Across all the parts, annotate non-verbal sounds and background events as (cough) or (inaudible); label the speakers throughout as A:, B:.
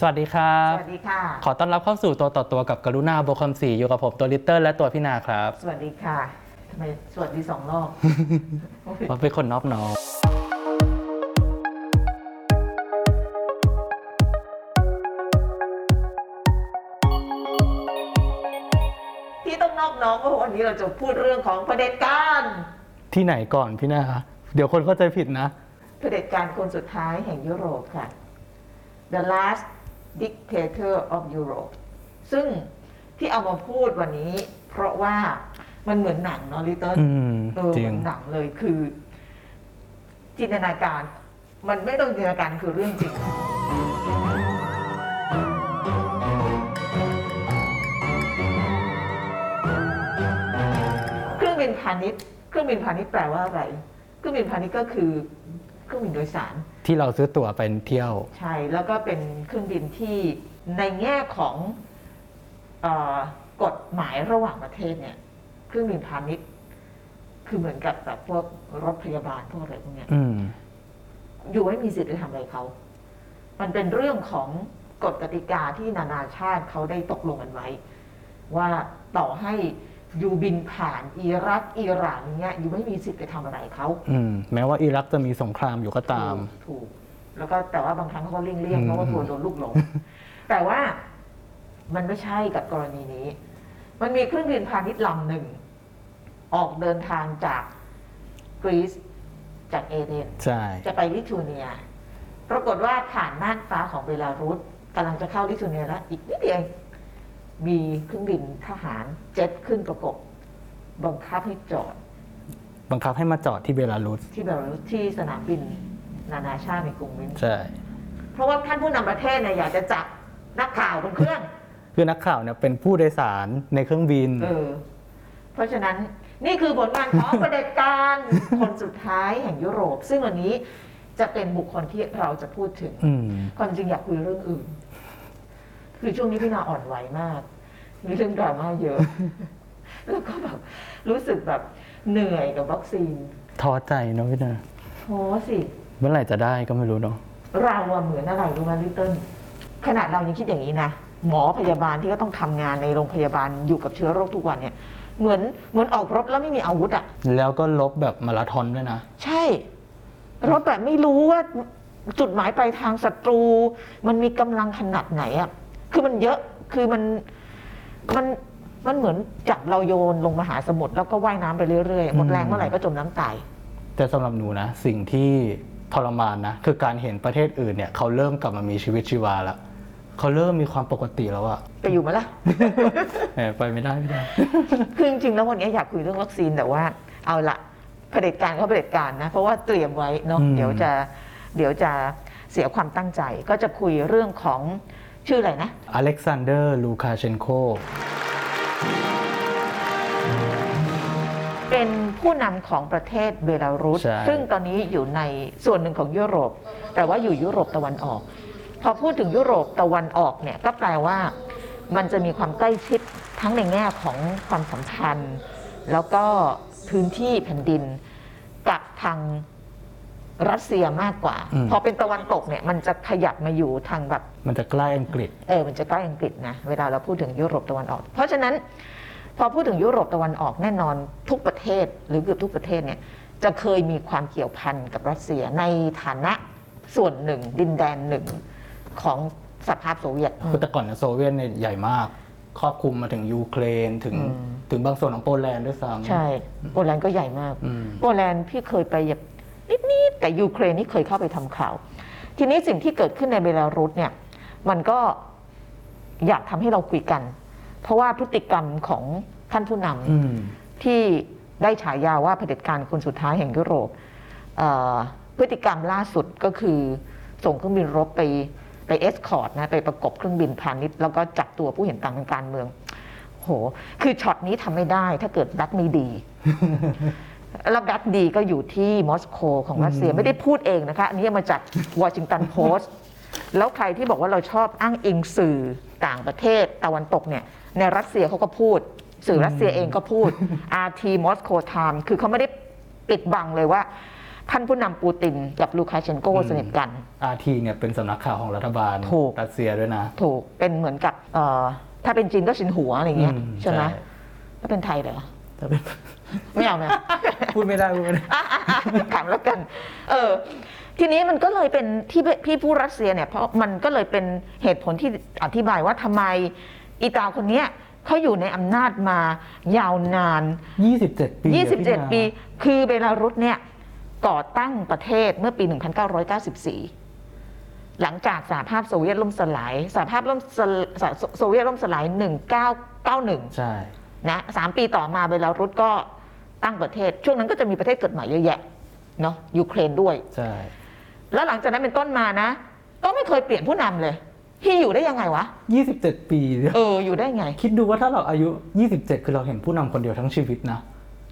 A: สวัสดีครับ
B: สวัสดีค่ะ
A: ขอต้อนรับเข้าสู่ตัวต่อตัวกับกรุณาโบวกคำศรีอยู่กับผมตัวลิตเติ้ลและตัวพี่นาครับ
B: สวัสดีค่ะทำไมสวัสดีสองรอบ
A: (laughs) เพราะเป็นคนนอบน้อม
B: ที่ต้องนอบน้อมเพราะวันนี้เราจะพูดเรื่องของเผด็จการ
A: ที่ไหนก่อนพี่นาคะเดี๋ยวคนเข้าใจผิดนะ
B: เผด็จการคนสุดท้ายแห่งยุโรปค่ะ The last dictator of Europe ซึ่งที่เอามาพูดวันนี้ เพราะว่ามันเหมือนหนังเนาะลิเติ้ล
A: อืม
B: เออ
A: จริง
B: เหมือนหนังเลยคือ จินตนาการ มันไม่ต้องจินตนาการคือเรื่องจริง เครื่องบินพาณิชย์เครื่องบินพาณิชย์แปลว่าอะไร เครื่องบินพาณิชย์ก็คือเครื่องบินโดยสาร
A: ที่เราซื้อตั๋วไปเที่ยว
B: ใช่แล้วก็เป็นเครื่องบินที่ในแง่ของเออกฎหมายระหว่างประเทศเนี่ยเครื่องบินพาณิชย์คือเหมือนกับแบบพวกรถพยาบาลพวกอะไรพวกเนี้ย
A: อืม
B: อยู่ไม่มีสิทธิ์ไปทำอะไรเขา มันเป็นเรื่องของกฎกติกาที่นานาชาติเขาได้ตกลงกันไว้ ว่าต่อให้อยู่บินผ่านอิรักอิหร่านเนี่ยอยู่ไม่มีสิทธิ์ไปทำอะไรเขา
A: อืม แม้ว่าอิรักจะมีสงครามอยู่ก็ตาม
B: ถูกถูก แล้วก็แต่ว่าบางครั้งเขาก็เลี่ยงเลี่ยง
A: อืม
B: เพราะว่ากลัวโดนลูกหลง แต่ว่ามันไม่ใช่กับกรณีนี้ มันมีเครื่องบินพาณิชย์ลำหนึ่ง ออกเดินทางจากกรีซจากเอเธนส์
A: ใช่
B: จะไปลิทัวเนีย ปรากฏว่าผ่านน่านฟ้าของเบลารุสกำลังจะเข้าลิทัวเนียแล้ว อีกนิดเดียวเองมีเครื่องบินทหารเจ็ตขึ้นประกบ บังคับให้จอด
A: บังคับให้มาจอดที่เบลารุส
B: ที่เบลารุสที่สนามบิน นานาชาติในกรุงมินส
A: ใช่
B: เพราะว่าท่านผู้นำประเทศเนี่ยอยากจะจับนักข่าวบนเครื่อง
A: คือนักข่าวเนี่ยเป็นผู้โดยสารในเครื่องบิน
B: เออ เพราะฉะนั้นนี่คือผลงานของ ประเผด็จการ คนสุดท้ายแห่งยุโรป ซึ่งวันนี้จะเป็นบุคคลที่เราจะพูดถึง
A: อืม
B: ความจริงอยากคุยเรื่องอื่น คือช่วงนี้พี่นาอ่อนไหวมาก มีเรื่องดราม่าเย
A: (laughs)
B: อะ แล้วก็แบบรู้สึกแบบเหนื่อยกับวัคซีน
A: ท้อใจเนอะพี่นา
B: โอ้สิ
A: เมื่อไหร่จะได้ก็ไม่รู้เนาะ
B: เราอะเหมือนอะไรรู้ไหมลิตเติ้ลขนาดเรายังคิดอย่างนี้นะ หมอพยาบาลที่ก็ต้องทำงานในโรงพยาบาลอยู่กับเชื้อโรคทุกวันเนี่ย เหมือนเหมือนออกรบแล้วไม่มีอาวุธอ่ะ
A: แล้วก็ลบแบบมาราธอนด้วยนะ
B: ใช่ รบแบบไม่รู้ว่าจุดหมายปลายทางศัตรู มันมีกำลังขนาดไหนอ่ะ คือมันเยอะคือมันมันมันเหมือนจับเราโยนลงมหาสมุทรแล้วก็ว่ายน้ำไปเรื่อยๆหมดแรงเมื่อไหร่ก็จมน้ำตาย
A: แต่สำหรับหนูนะ สิ่งที่ทรมานนะ คือการเห็นประเทศอื่นเนี่ย เขาเริ่มกลับมามีชีวิตชีวาละเขาเริ่มมีความปกติแล้วอะ
B: ไปอยู่มาละ
A: แหมไปไม่ได้ไม่ได้
B: คือจริงๆแล้ววันนี้อยากคุยเรื่องวัคซีนแต่ว่าเอาละเผด็จการก็เผด็จการนะ เพราะว่าเตรียมไว้เนาะ
A: อืม
B: เดี๋ยวจะเดี๋ยวจะเสียความตั้งใจ ก็จะคุยเรื่องของชื่ออะไรนะ
A: อเล็กซานเดอร์ ลูคาเชนโก
B: เป็นผู้นำของประเทศเบลารุสซึ่งตอนนี้อยู่ในส่วนหนึ่งของยุโรป แต่ว่าอยู่ยุโรปตะวันออก พอพูดถึงยุโรปตะวันออกเนี่ยก็แปลว่ามันจะมีความใกล้ชิดทั้งในแง่ของความสัมพันธ์ แล้วก็พื้นที่แผ่นดินกับทางรัสเซียมากกว่า พอเป็นตะวันตกเนี่ยมันจะขยับมาอยู่ทางแบบ
A: มันจะใกล้อังกฤษ
B: เออ มันจะใกล้อังกฤษนะ เวลาเราพูดถึงยุโรปตะวันออก เพราะฉะนั้น พอพูดถึงยุโรปตะวันออกแน่นอนทุกประเทศหรือเกือบทุกประเทศเนี่ย จะเคยมีความเกี่ยวพันกับรัสเซียในฐานะส่วนหนึ่ง ดินแดนหนึ่งของสหภาพโซเวียต
A: คือแต่ก่อนเนี่ยโซเวียตเนี่ยใหญ่มาก ครอบคลุมมาถึงยูเครนถึงถึงบางส่วนของโปแลนด์ด้วยซ้ำ
B: ใช่ โปแลนด์ก็ใหญ่มาก
A: อืม
B: โปแลนด์พี่เคยไปแบบนิด ๆ แต่ยูเครนนี่เคยเข้าไปทำข่าว ทีนี้สิ่งที่เกิดขึ้นในเบลารุสเนี่ย มันก็อยากทำให้เราคุยกัน เพราะว่าพฤติกรรมของท่านผู้นำ
A: อืม
B: ที่ได้ฉายาว่าเผด็จการคนสุดท้ายแห่งยุโรปเอ่อพฤติกรรมล่าสุดก็คือ ส่งเครื่องบินรบไปไปเอสคอร์ดนะไปประกบเครื่องบินพาณิชย์แล้วก็จับตัวผู้เห็นต่างทางการเมืองโห คือช็อตนี้ทำไม่ได้ถ้าเกิดแบล็คไม่
A: (laughs)
B: ดี แล้วแบล็คดีก็อยู่ที่มอสโกของรัสเซียไม่ได้พูดเองนะคะ อันนี้เอามาจากวอชิงตันโพสต์ แล้วใครที่บอกว่าเราชอบอ้างอิงสื่อต่างประเทศตะวันตกเนี่ย ในรัสเซียเขาก็พูด สื่อรัสเซียเองก็พูด RT Moscow Time คือเขาไม่ได้ปิดบังเลยว่า ท่านผู้นำปูตินกับลูคาเชนโก
A: อืม
B: สนิทกัน
A: อาทีเนี่ยเป็นสำนักข่าวของรัฐบาล
B: ถูก
A: รัสเซียด้วยนะ
B: ถูกเป็นเหมือนกับเอ่อถ้าเป็นจีนก็ชินหัวอะไรเงี้ย
A: อืม
B: ใช่ไหม
A: ใช่
B: ถ้าเป็นไทยเหรอ
A: แต่เป็น
B: ไม่เอานะ
A: พูดไม่ได้พูดไม่ได้
B: อ่ะอ่ะอ่ะ (laughs) ถามแล้วกัน เออ ทีนี้มันก็เลยเป็นที่พี่ผู้รัสเซียเนี่ย เพราะมันก็เลยเป็นเหตุผลที่อธิบายว่าทำไมอีตาคนเนี้ยเขาอยู่ในอำนาจมายาวนาน
A: 27 ปีอะพี่นา
B: 27 ปี คือเบลารุสเนี่ย ก่อตั้งประเทศเมื่อปี 1994 หลังจากสหภาพโซเวียตล่มสลายสหภาพล่มสลสหโซเวียตล่มสลาย 1991
A: ใช่
B: นะสามปีต่อมาเบลารุสก็ตั้งประเทศ ช่วงนั้นก็จะมีประเทศเกิดใหม่เยอะแยะเนาะยูเครนด้วย
A: ใช่
B: แล้วหลังจากนั้นเป็นต้นมานะ ก็ไม่เคยเปลี่ยนผู้นำเลยพี่อยู่ได้ยังไงวะ
A: 27 ปีเนี่ย
B: เออ อยู่ได้ไง
A: คิดดูว่าถ้าเราอายุ 27 คือเราเห็นผู้นำคนเดียวทั้งชีวิตนะ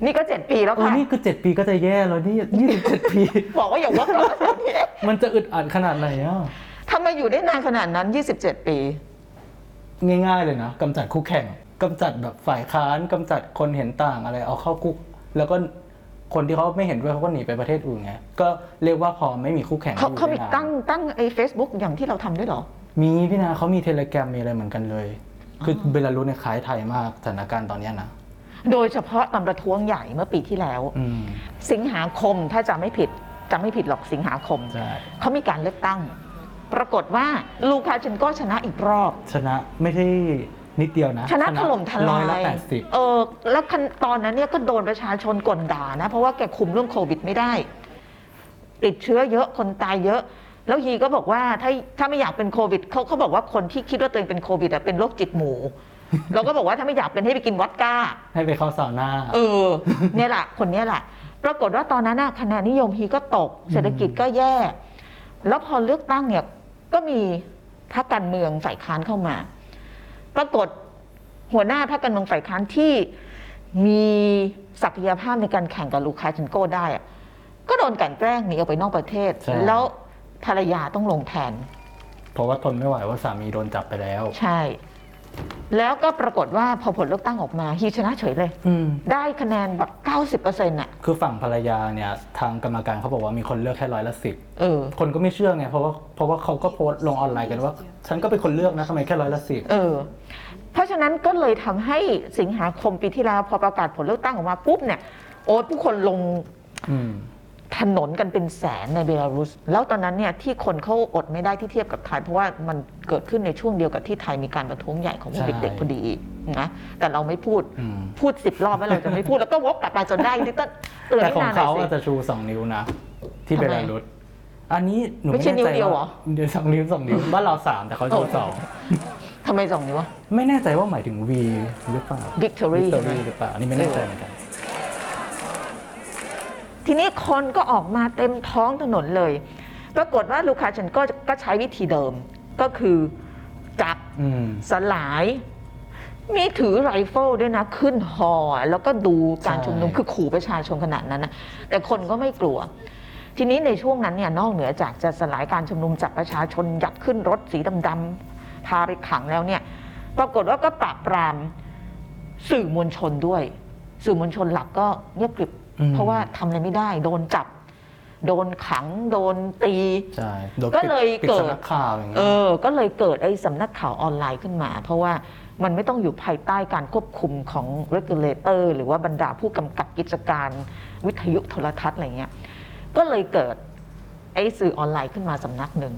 B: นี่ก็เจ็ดปีแล้ว
A: โอ้
B: ค่ะ
A: นี่คือ 7 ปีก็จะแย่แล้วนี่ 27 ปี (laughs)
B: บอกว่าอย่าว่าเรา
A: มันจะอึดอัดขนาดไหนอ่ะ
B: (laughs) ทำไมอยู่ได้นานขนาดนั้น 27 ปี
A: ง่ายๆเลยนะกำจัดคู่แข่งกำจัดแบบฝ่ายค้านกำจัดคนเห็นต่างอะไร เอาเข้าคุก แล้วก็คนที่เขาไม่เห็นด้วยเขาก็หนีไปประเทศอื่นไงก็เรียกว่าพอไม่มีคู่แข่ง
B: เขา
A: อยู่
B: เขามี
A: ได้นน
B: ตั้งตั้งไอ้เฟซบุ๊กอย่างที่เราทำด้วยเหรอ
A: มีพี่นาเขามีเทเลแกรมมีอะไรเหมือนกันเลย คือเบลารุสเนี่ยคล้ายไทยมากสถานการณ์ตอนเนี้ยนะ
B: โดยเฉพาะตอนประท้วงใหญ่เมื่อปีที่แล้ว
A: อืม
B: สิงหาคมถ้าจำไม่ผิดจำไม่ผิดหรอกสิงหาคม
A: ใช่
B: เขามีการเลือกตั้ง ปรากฏว่าลูคาเชนโกชนะอีกรอบ
A: ชนะไม่ใช่นิดเดียวนะ
B: ชนะถล่มท
A: ร้
B: ลา
A: อย
B: ย
A: ละแปดสิบ
B: เออ แล้วคันตอนนั้นเนี่ยก็โดนประชาชนก่นด่านะ เพราะว่าแกคุมเรื่องโควิดไม่ได้ ติดเชื้อเยอะคนตายเยอะ แล้วฮีก็บอกว่าถ้าถ้าไม่อยากเป็นโควิดเขาเขาบอกว่าคนที่คิดว่าตัวเองเป็นโควิดอะเป็นโรคจิตหมู เราก็บอกว่าถ้าไม่อยากเป็นให้ไปกินวอดก้า
A: ให้ไปเข้าสาวหน้า
B: เออ เนี่ยแหละ คนเนี้ยแหละ ปรากฏว่าตอนนั้นน่ะคะแนนนิยมฮีก็ตก เศรษฐกิจก็แย่ แล้วพอเลือกตั้งเนี่ยก็มีพรรคการเมืองฝ่ายค้านเข้ามา ปรากฏหัวหน้าพรรคการเมืองฝ่ายค้านที่มีศักยภาพในการแข่งกับลูคาเชนโกได้อะก็โดนกลันแกล้งหนีออกไปนอกประเทศ
A: ใช่
B: แล้วภรรยาต้องลงแทน
A: เพราะว่าทนไม่ไหวว่าสามีโดนจับไปแล้ว
B: ใช่ แล้วก็ปรากฏว่าพอผลเลือกตั้งออกมาฮีชนะเฉยเลย
A: อืม
B: ได้คะแนนแบบ 90%อ่ะ
A: คือฝั่งภรรยาเนี่ยทางกรรมการเขาบอกว่ามีคนเลือกแค่ร้อยละสิบ
B: เออ
A: คนก็ไม่เชื่อไง เพราะว่าเพราะว่าเขาก็โพสต์ลงออนไลน์กันว่า ฉันก็เป็นคนเลือกนะทำไมแค่ร้อยละสิบ
B: เออ เพราะฉะนั้นก็เลยทำให้สิงหาคมปีที่แล้วพอประกาศผลเลือกตั้งออกมาปุ๊บเนี่ย โอ้ยผู้คนลง
A: อืม
B: ถนนกันเป็นแสนในเบลารุส แล้วตอนนั้นเนี่ยที่คนเขาอดไม่ได้ที่เทียบกับไทย เพราะว่ามันเกิดขึ้นในช่วงเดียวกับที่ไทยมีการประท้วงใหญ่ของพวก
A: ใช่
B: เด็กๆพอดีนะแต่เราไม่พูด
A: อืม
B: พูดสิบรอบแล้วเราจะไม่พูด แล้วก็วกกลับมาจนได้ที่ต้นเออ
A: แต่
B: ไม่
A: ของ
B: นานหน่
A: เขา
B: อย
A: อาจ
B: สิ
A: จะชูสองนิ้วนะ ที่
B: ทำ
A: เบ
B: ไม
A: ลารุสอันนี้หนู
B: ไม่ใช่นิ้วเดียวเหรอ
A: เดี๋ยวสองนิ้วสองนิ้วบ้านเราสามแต่เขาชูสอง
B: ทำไมสองนิ้ววะ
A: ไม่แน่ใจว่าหมายถึงวีหรือเปล่า
B: Victory
A: วิกตอ
B: ใช่ไห
A: รี่
B: ม
A: หรือเปล่าอันนี้ไม่แน่ใจเหมือนกัน
B: ทีนี้คนก็ออกมาเต็มท้องถนนเลย ปรากฏว่าลูคาเชนโกก็ใช้วิธีเดิมก็คือจับ
A: อืม
B: สลาย มีถือไรเฟิลด้วยนะ ขึ้นหอแล้วก็ดูการชุมนุม
A: ใช่
B: คือขู่ประชาชนขนาดนั้นนะแต่คนก็ไม่กลัว ทีนี้ในช่วงนั้นเนี่ยนอกเหนือจากจะสลายการชุมนุมจับประชาชนยัดขึ้นรถสีดำๆพาไปขังแล้วเนี่ย ปรากฏว่าก็ปราบปรามสื่อมวลชนด้วย สื่อมวลชนหลักก็เงียบกริบ
A: อืม
B: เพราะว่าทำอะไรไม่ได้ โดนจับ โดนขัง โดนตี
A: ใช่โดน
B: ก็
A: ปิด
B: เลย
A: ปิด
B: เกิด
A: สำนักข่าวอย่าง
B: เอ
A: เงี้ย
B: อ ก็เลยเกิดไอ้สำนักข่าวออนไลน์ขึ้นมา เพราะว่ามันไม่ต้องอยู่ภายใต้การควบคุมของ regulator หรือว่าบรรดาผู้กำกับกิจการวิทยุโทรทัศน์อะไรเงี้ย ก็เลยเกิดไอ้สื่อออนไลน์ขึ้นมาสำนักหนึ่ง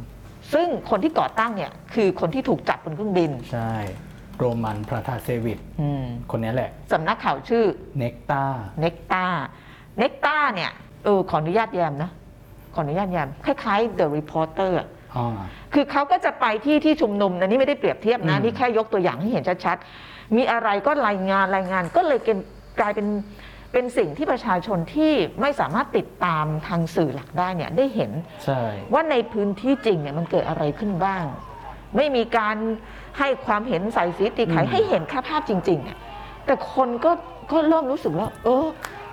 B: ซึ่งคนที่ก่อตั้งเนี่ย คือคนที่ถูกจับบนเครื่องบิน
A: ใช่โรมันพระทาเซวิช
B: อืม
A: คนนี้แหละ
B: สำนักข่าวชื่อ
A: เน็กตา
B: n e c t a n e c t a เนี่ย เออ ขออนุญาตแยมนะ ขออนุญาตแยม คล้ายๆ The Reporter อะ
A: อ่า
B: คือเขาก็จะไปที่ที่ชุมนุมนะนี่ไม่ได้เปรียบเทียบนะ
A: อืม
B: นี่แค่ยกตัวอย่างให้เห็นชัดๆ มีอะไรก็รายงานรายงานก็เลยเกณฑ์กลายเป็นเป็นสิ่งที่ประชาชนที่ไม่สามารถติดตามทางสื่อหลักได้เนี่ยได้เห็น
A: ใช่
B: ว่าในพื้นที่จริงเนี่ยมันเกิดอะไรขึ้นบ้าง ไม่มีการให้ความเห็นใส่สีตีไข
A: อืม
B: ให้เห็นแค่ภาพจริงๆอะแต่คนก็ก็เริ่มรู้สึกว่าเออ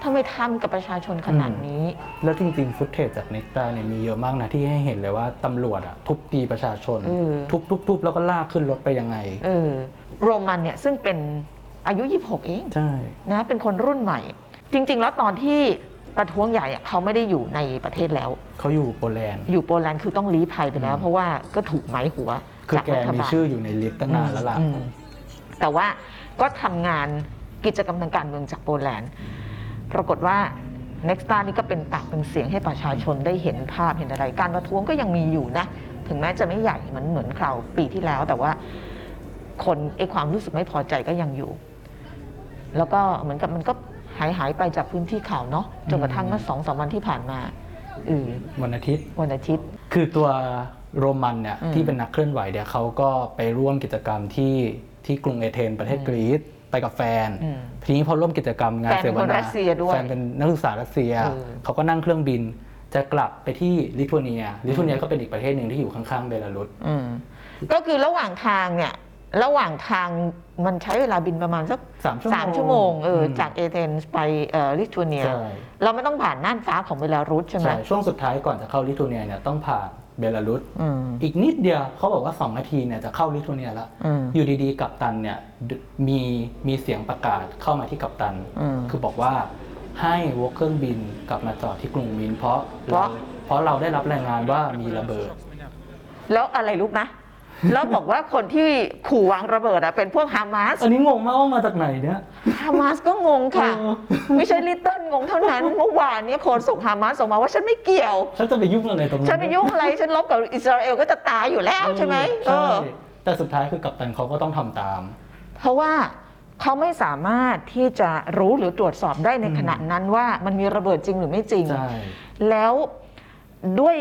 B: ทำไมทำกับประชาชนขนาดนี้
A: แล้วจริงๆ ฟุตเทจจากเนกตาเนี่ยมีเยอะมากนะ ที่ให้เห็นเลยว่าตำรวจอะทุบตีประชาชน
B: เออ
A: ทุบทุบทุบแล้วก็ลากขึ้นรถไปยังไง
B: เออโรมันเนี่ยซึ่งเป็นอายุ 26 เอง
A: ใช่
B: นะเป็นคนรุ่นใหม่ จริง ๆ แล้วตอนที่ ประท้วงใหญ่อะเขาไม่ได้อยู่ในประเทศแล้ว
A: เขาอยู่โปแลนด์
B: อยู่โปแลนด์คือต้องลี้ภัยไปแล้ว เพราะว่าก็ถูกไหมหัว
A: คือ
B: จาก
A: แก
B: รัฐ
A: มี
B: บาล
A: ชื่ออยู่ในลิสต์ตั้งนานแล้วล่ะ
B: อืมแต่ว่าก็ทำงานกิจกรรมทางการเมืองจากโปแลนด์ ปรากฏว่า n e x t a นี่ก็เป็นปากเป็นเสียงให้ประชาชนได้เห็นภาพเห็นอะไร การประท้วงก็ยังมีอยู่นะ ถึงแม้จะไม่ใหญ่เหมือนเหมือนคราวปีที่แล้ว แต่ว่าคนไอ้ความรู้สึกไม่พอใจก็ยังอยู่ แล้วก็เหมือนกับมันก็หายหายไปจากพื้นที่ข่าวเนาะจนกระทั่งเมื่อสองสามวันที่ผ่านมาเออ
A: วันอาทิตย์
B: วันอาทิตย์
A: คือตัวโรมันเนี่ย
B: อืม
A: ที่เป็นนักเคลื่อนไหวเนี่ยเขาก็ไปร่วมกิจกรรมที่ที่กรุงเอเธนส์ประเทศกรีซไปกับแฟน
B: อืม
A: ทีนี้พอร่วมกิจกรรมงาน
B: แฟน
A: เส
B: เป็น
A: ว
B: คน
A: นา
B: รัสเซียด้วย
A: แฟนเป็นนักศึกษารัสเซีย
B: เออ
A: เขาก็นั่งเครื่องบิน จะกลับไปที่ลิทัวเนีย ลิทัวเนียก็เป็นอีกประเทศหนึ่งที่อยู่ข้างๆเบลารุส
B: อืมก็คือระหว่างทางเนี่ย ระหว่างทางมันใช้เวลาบินประมาณสัก
A: สามชั่วโมง
B: สามชั่วโมงเอออ
A: ม
B: จากเอเธนส์ไปเอ่อลิทัวเนีย
A: ใช่
B: เราไม่ต้องผ่านน่านฟ้าของเบลารุสใช่ไหม
A: ใช่ช่วงสุดท้ายก่อนจะเข้าลิทัวเนียเนี่ยต้องผ่านเบลารุส
B: อืม
A: อีกนิดเดียวเขาบอกว่า2นาทีเนี่ยจะเข้าลิทัวเนียแล้ว
B: อืม
A: อยู่ดีๆ กัปตันเนี่ยดมีมีเสียงประกาศเข้ามาที่กัปตัน
B: อืม
A: คือบอกว่าให้วกเครื่องบินกลับมาจอดที่กรุงมินเพราะ
B: เพราะ
A: เพราะเราได้รับรายงานว่ามีระเบิด
B: แล้วอะไรรู้ไหม แล้วบอกว่าคนที่ขู่วางระเบิดอะเป็นพวกฮามาส
A: อันนี้งงมากว่ามาจากไหนเนี่ย
B: ฮามาสก็งงค่ะ
A: เออ
B: ไม่ใช่ลิตเติ้ลงงเท่า
A: (laughs)
B: นั้นเมื่อวานเนี้โคนส่งฮามาสออกมาว่าฉันไม่เกี่ยว
A: ฉันจะไปยุ่งอะไรตรงนั้น
B: ฉันไปยุ่งอะไรฉันลบกับอิสราเอลก็จะตายอยู่แล้วใช่ไหมเอ
A: ใช่
B: อ
A: แต่สุดท้ายคือกัปตันเขาก็ต้องทำตาม
B: เพราะว่าเขาไม่สามารถที่จะรู้หรือตรวจสอบได้ใน
A: อืม
B: ขณะนั้นว่ามันมีระเบิดจริงหรือไม่จริง
A: ใช่
B: แล้วด้วย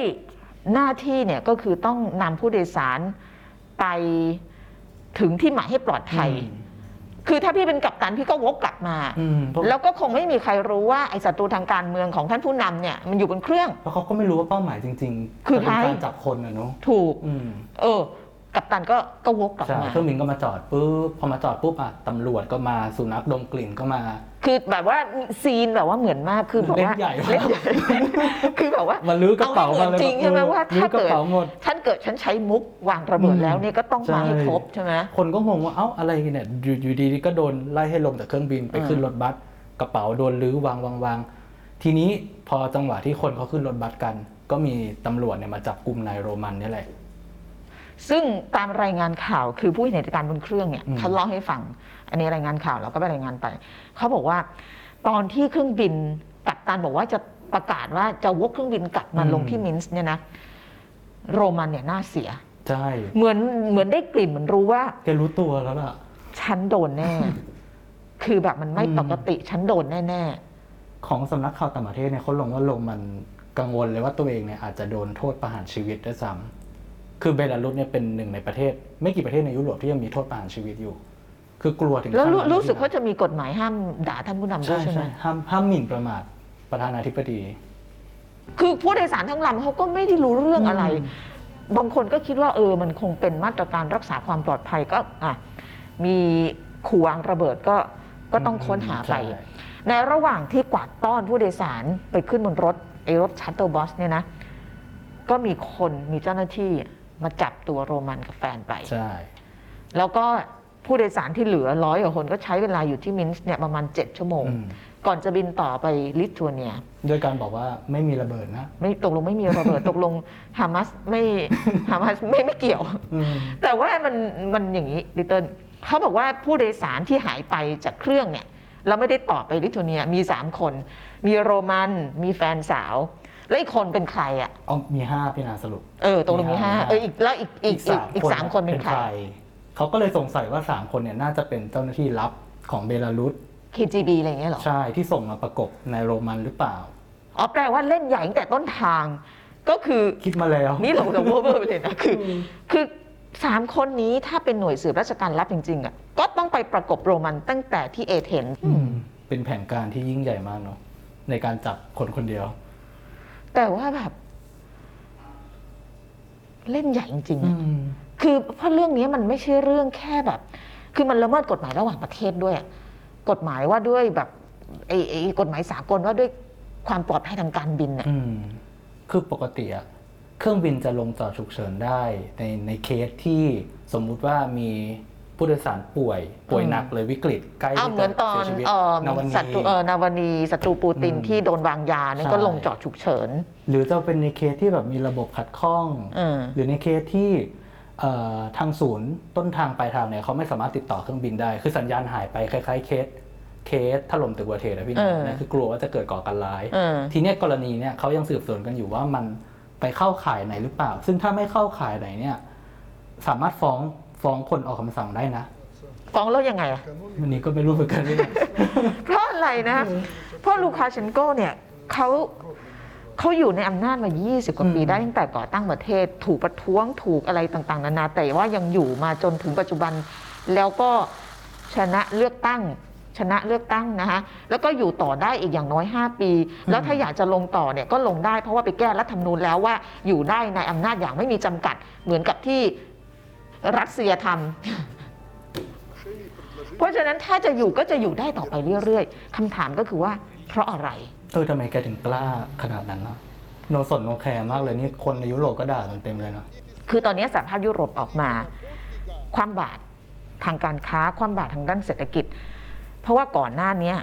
B: หน้าที่เนี่ยก็คือต้องนำผู้โดยสารไปถึงที่หมายให้ปลอดภัย คือถ้าพี่เป็นกัปตันพี่ก็วกกลับมา
A: อืมเพราะ
B: แล้วก็คงไม่มีใครรู้ว่าไอ้ศัตรูทางการเมืองของท่านผู้นำเนี่ยมันอยู่บนเครื่อง
A: เพราะเขาก็ไม่รู้ว่าเป้าหมายจริงๆ
B: คือ
A: จะเป็น
B: ใคร
A: การจับคนอะเนาะ
B: ถูก
A: อืม
B: เออ กัปตันก็ก็วกกลับ
A: ใช่
B: มา
A: เครื่องบินก็มาจอดปุ๊บพอมาจอดปุ๊บอ่ะตำรวจก็มาสุนัขดมกลิ่นก็มา
B: คือแบบว่าซีนแบบว่าเหมือนมากคือแบบว่า
A: เล่นใหญ่มาก
B: เล่นใหญ่ (laughs) คือแบบว่า
A: มาลื้อกระเป๋า
B: อ
A: มาเล
B: ให้หมือย นจริงใช่ไหม
A: เออ
B: ว่า
A: ลื้
B: ถ้า
A: อกระ
B: เกิด
A: เป๋าหมด
B: ฉันเกิดฉันใช้มุกวางระเบิด
A: อืม
B: แล้วเนี่ยก็ต้อง
A: ใช่
B: มาให้ครบใช่ไหม
A: คนก็งงว่าเอ้าอะไรกันเนี่ยอยู่อยู่ดีๆก็โดนไล่ให้ลงจากเครื่องบินไปขึ้นรถบัสกระเป๋าโดนลื้อวางวางวางทีนี้พอจังหวะที่คนเขาขึ้นรถบัสกัน ก็มีตำรวจเนี่ยมาจับกลุ่มนายโรมันเนี่ยแหละ
B: ซึ่งตามรายงานข่าวคือผู้เห็นเหตุการณ์บนเครื่องเนี่ย
A: อืม
B: เขาเล่าให้ฟัง อันนี้รายงานข่าวเราก็ไปรายงานไปเขาบอกว่า ตอนที่เครื่องบินกัปตันบอกว่าจะประกาศว่าจะวกเครื่องบินกลับมาลงที่มินส์เนี่ยนะโรมันเนี่ยน่าเสีย
A: ใช่
B: เหมือนเหมือนได้กลิ่นเหมือนรู้ว่า
A: แกรู้ตัวแล้วล่ะ
B: ฉันโดนแน่ (laughs) คือแบบมันไม่
A: อืม
B: ปกติ ฉันโดนแน่
A: ของสำนักข่าวต่างประเทศเนี่ยเขาลงว่าลงมันกังวลเลยว่าตัวเองเนี่ยอาจจะโดนโทษประหารชีวิตด้วยซ้ำคือเบลารุสเนี่ยเป็นหนึ่งในประเทศ ไม่กี่ประเทศในยุโรปที่ยังมีโทษประหารชีวิตอยู่ คือกลัวถึง
B: ๆ แล้วรู้
A: ขั้น
B: รู้สึกว่าจะมีกฎหมายห้ามด่าท่านผู้นำด้ว
A: ใช่
B: ยใช่ไหม
A: ใช่ห้ามห้ามหมิ่นประมาทประธานาธิบดี
B: คือผู้โดยสารทั้งลำเขาก็ไม่ได้รู้เรื่องอะไร
A: อืม
B: บางคนก็คิดว่าเออ มันคงเป็นมาตรการรักษาความปลอดภัยก็อ่ะมีขู่วางระเบิดก็ก็ต้องค้นหาไป
A: ใช่
B: ในระหว่างที่กวาดต้อนผู้โดยสารไปขึ้นบนรถไอ้รถชัตเตอร์บัสเนี่ยนะ ก็มีคนมีเจ้าหน้าที่มาจับตัวโรมันกับแฟนไป
A: ใช่
B: แล้วก็ผู้โดยสารที่เหลือร้อยกว่าคนก็ใช้เวลาอยู่ที่มินส์เนี่ยประมาณ 7 ชั่วโมง
A: อืม
B: ก่อนจะบินต่อไปลิทัวเนีย
A: ด้วยการบอกว่าไม่มีระเบิดนะ
B: ไม่ตกลงไม่มีระเบิ (laughs) ด ตกลงฮามาสไม่ฮามาสไม่ไม่เกี่ยว
A: อืม
B: แต่ว่ามันมันอย่างนี้ลิเติ้ลเขาบอกว่าผู้โดยสารที่หายไปจากเครื่องเนี่ยเราไม่ได้ต่อไปลิทัวเนียมี 3 คน มีโรมัน มีแฟนสาว และอีกคนเป็นใครอ่ะ
A: เอามีห้าพี่นาสรุป
B: เออตกลงมีห้า
A: มีห้า
B: เอออีกแล้วอีกอีกอีกอีกสามคนเป็นใคร
A: เขาก็เลยสงสัยว่าสามคนเนี่ยน่าจะเป็นเจ้าหน้าที่ลับของเบลารุส
B: KGB อะไรอย่างเงี้ยเหรอ
A: ใช่ที่ส่งมาประกบในโรมันหรือเปล่า
B: อ๋อแปลว่าเล่นใหญ่ตั้งแต่ต้นทางก็คือ
A: คิดมาแล้ว
B: นี่หลงหลงเว่อร์เว่อร์ไปเลยนะคืออคือสามคนนี้ถ้าเป็นหน่วยสืบราชการลับจริงๆอ่ะก็ต้องไปประกบโรมันตั้งแต่ที่เอเธนส์
A: อืมเป็นแผนการที่ยิ่งใหญ่มากเนาะในการจับคนคนเดียว
B: แต่ว่าแบบ เล่นใหญ่จริงๆอะคือเพราะเรื่องนี้มันไม่ใช่เรื่องแค่แบบ คือมันละเมิดกฎหมายระหว่างประเทศด้วยอะกฎหมายว่าด้วยแบบไอ้ไอ้กฎหมายสากลว่าด้วยความปลอดภัยทางการบินเนี่ย
A: อืมคือปกติอะเครื่องบินจะลงจอดฉุกเฉินได้ในในเคสที่สมมุติว่ามี ผู้โดยสารป่วย ป่วยหนักเลยวิกฤตใกล้
B: อ้าว
A: ที่
B: เหมือนตอน
A: จะเสียชีวิต
B: เอ่อ
A: ณวัน
B: ศัตรู
A: นี้
B: เอ่อนาวานีศัตรูปูติน
A: อืม
B: ที่โดนวางยานี่ก็
A: ใช่
B: ลงจอดฉุกเฉิน
A: หรือจะเป็นในเคสที่แบบมีระบบขัดข้อง
B: อืม
A: หรือในเคสที่เอ่อทางศูนย์ต้นทางปลายทางเนี่ยเขาไม่สามารถติดต่อเครื่องบินได้ คือสัญญาณหายไปคล้ายๆ เคสเคสถล่มตึกเวอร์เทสนะพี่นะ
B: เออ
A: นั่นคือกลัวว่าจะเกิดก่อการร้าย
B: เออ
A: ทีเนี้ยกรณีเนี่ยเขายังสืบสวนกันอยู่ว่ามันไปเข้าข่ายไหนหรือเปล่า ซึ่งถ้าไม่เข้าข่ายไหนเนี่ยสามารถฟ้องฟ้องคนออกคำสั่งได้นะ
B: ฟ้องแล้วยังไงอะ
A: อันนี้ก็ไม่รู้เหมือนกันพี่นะ
B: เพราะอะไรนะ เพราะลูคาเชนโกเนี่ยเขาเขาอยู่ในอำนาจมา 20 กว่าปี
A: อืม
B: ได้ตั้งแต่ก่อตั้งประเทศ ถูกประท้วงถูกอะไรต่าง ๆ นานาแต่ว่ายังอยู่มาจนถึงปัจจุบัน แล้วก็ชนะเลือกตั้ง ชนะเลือกตั้งนะคะแล้วก็อยู่ต่อได้อีกอย่างน้อย 5 ปี แล้วถ้าอยากจะลงต่อเนี่ยก็ลงได้เพราะว่าไปแก้รัฐธรรมนูญแล้วว่าอยู่ได้ในอำนาจอย่างไม่มีจำกัด เหมือนกับที่รัสเซียทำ เพราะฉะนั้นถ้าจะอยู่ก็จะอยู่ได้ต่อไปเรื่อยๆ คำถามก็คือว่าเพราะอะไร
A: เออทำไมแกถึงกล้าขนาดนั้นนะโนสนโนแคร์มากเลยนี่คนในยุโรปก็ด่ากันเต็มเลยนะ
B: คือตอนนี้สหภาพยุโรปออกมา ความบาตรทางการค้า ความบาตรทางด้านเศรษฐกิจ เพราะว่าก่อนหน้าเนี้ย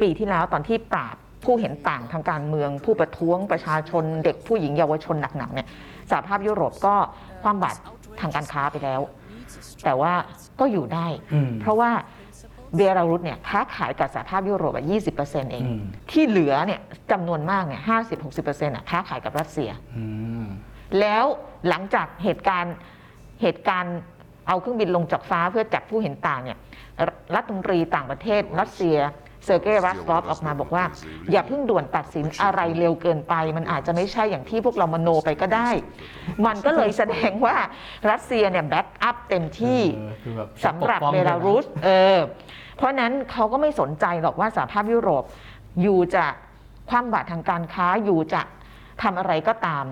B: ปีที่แล้วตอนที่ปราบผู้เห็นต่างทางการเมือง ผู้ประท้วงประชาชน เด็กผู้หญิงเยาวชนหนักๆเนี่ยสหภาพยุโรปก็ความบาตรทางการค้าไปแล้ว แต่ว่าก็อยู่ได้
A: อืม
B: เพราะว่าเบลารุสเนี่ยค้าขายกับสหภาพยุโรปอะ20%เอง
A: อืม
B: ที่เหลือเนี่ยจำนวนมากเนี่ยห้าสิบหกสิบเปอร์เซ็นต์อ่ะค้าขายกับรัสเซีย
A: อืม
B: แล้วหลังจากเหตุการณ์เหตุการณ์เอาเครื่องบินลงจากฟ้าเพื่อจับผู้เห็นต่างเนี่ยรรัฐมนตรีต่างประเทศ รัสเซียเซอร์เกย์รัสลอฟออกมาบอกว่า อย่าเพิ่งด่วนตัดสินอะไรเร็วเกินไป มันอาจจะไม่ใช่อย่างที่พวกเรามโนไปก็ได้ มันก็เลยแสดงว่ารัสเซียเนี่ยแบ็กอัพเต็มที่
A: เออคือแบบ
B: สำหรับ
A: ปกป้อง
B: เบลารุส เออ เพราะนั้นเขาก็ไม่สนใจหรอกว่าสหภาพยุโรป อยู่จะความบาตรทางการค้าอยู่จะทำอะไรก็ตาม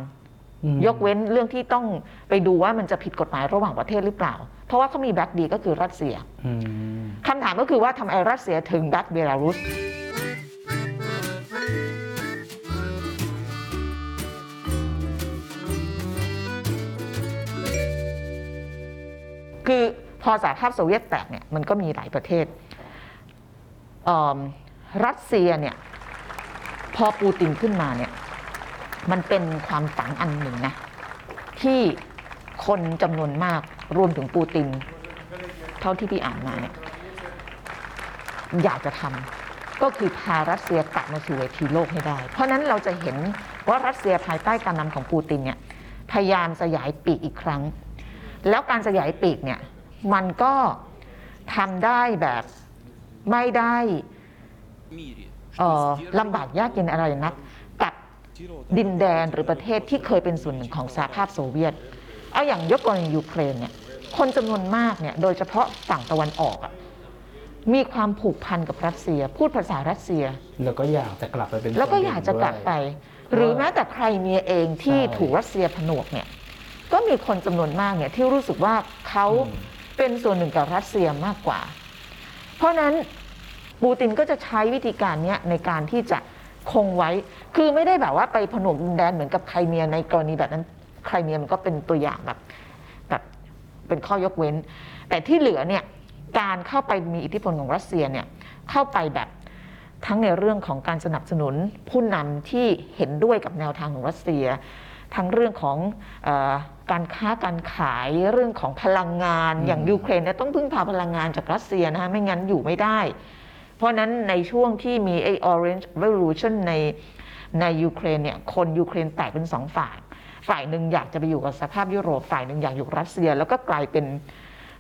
A: อืม
B: ยกเว้นเรื่องที่ต้องไปดูว่ามันจะผิดกฎหมายระหว่างประเทศหรือเปล่า เพราะว่าเขามีแบ็กดีก็คือรัสเซีย
A: อืม
B: คำถามก็คือว่าทำไมรัสเซียถึงแบ็กเบลารุสคือพอสหภาพโซเวียตแตกเนี่ยมันก็มีหลายประเทศเอิ่มรัสเซียเนี่ยพอปูตินขึ้นมาเนี่ยมันเป็นความฝันอันหนึ่งนะ ที่คนจำนวนมากรวมถึงปูติน เท่าที่พี่อ่านมาเนี่ยอยากจะทำก็คือพารัสเซียกลับมาสู่เวทีโลกให้ได้ เพราะฉะนั้นเราจะเห็นว่ารัสเซียภายใต้การนำของปูตินเนี่ยพยายามสยายปีกอีกครั้ง แล้วการสยายปีกเนี่ยมันก็ทำได้แบบไม่ได้เอ่อลำบากยากเย็นอะไรนักกับ ดินแดนหรือประเทศที่เคยเป็นส่วนหนึ่งของสหภาพโซเวียต เอาอย่างยกกรณียูเครนเนี่ย คนจำนวนมากเนี่ย โดยเฉพาะฝั่งตะวันออกอะมีความผูกพันกับรัสเซีย พูดภาษารัสเซีย
A: แล้วก็อยากจะกลับไปเป็น
B: แล้วก็
A: ส่นหนึ่ง
B: อยากจะกลับ
A: ด้วย
B: ไป หรือแม้แต่ใครเมียเองที่
A: ใช่
B: ถูกรัสเซียผนวกเนี่ย ก็มีคนจำนวนมากเนี่ยที่รู้สึกว่าเขาเป็นส่วนหนึ่งกับรัสเซียมากกว่า เพราะฉะนั้นปูตินก็จะใช้วิธีการเนี้ยในการที่จะคงไว้ คือไม่ได้แบบว่าไปผนวกดินแดนเหมือนกับใครเมียในกรณีแบบนั้นใครเมียมันก็เป็นตัวอย่างแบบแบบเป็นข้อยกเว้น แต่ที่เหลือเนี่ยการเข้าไปมีอิทธิพลของรัสเซียเนี่ยเข้าไปแบบทั้งในเรื่องของการสนับสนุนผู้นำที่เห็นด้วยกับแนวทางของรัสเซีย ทั้งเรื่องของเออการค้าการขายเรื่องของพลังงานอย่างยูเครนเนี่ยต้องพึ่งพาพลังงานจากรัสเซียนะฮะไม่งั้นอยู่ไม่ได้ เพราะฉะนั้นในช่วงที่มีไอ้ Orange Revolution ในในยูเครนเนี่ยคนยูเครนแตกเป็นสองฝ่าย ฝ่ายหนึ่งอยากจะไปอยู่กับสภาพยุโรปฝ่ายหนึ่งอยากอยู่รัสเซีย แล้วก็กลายเป็น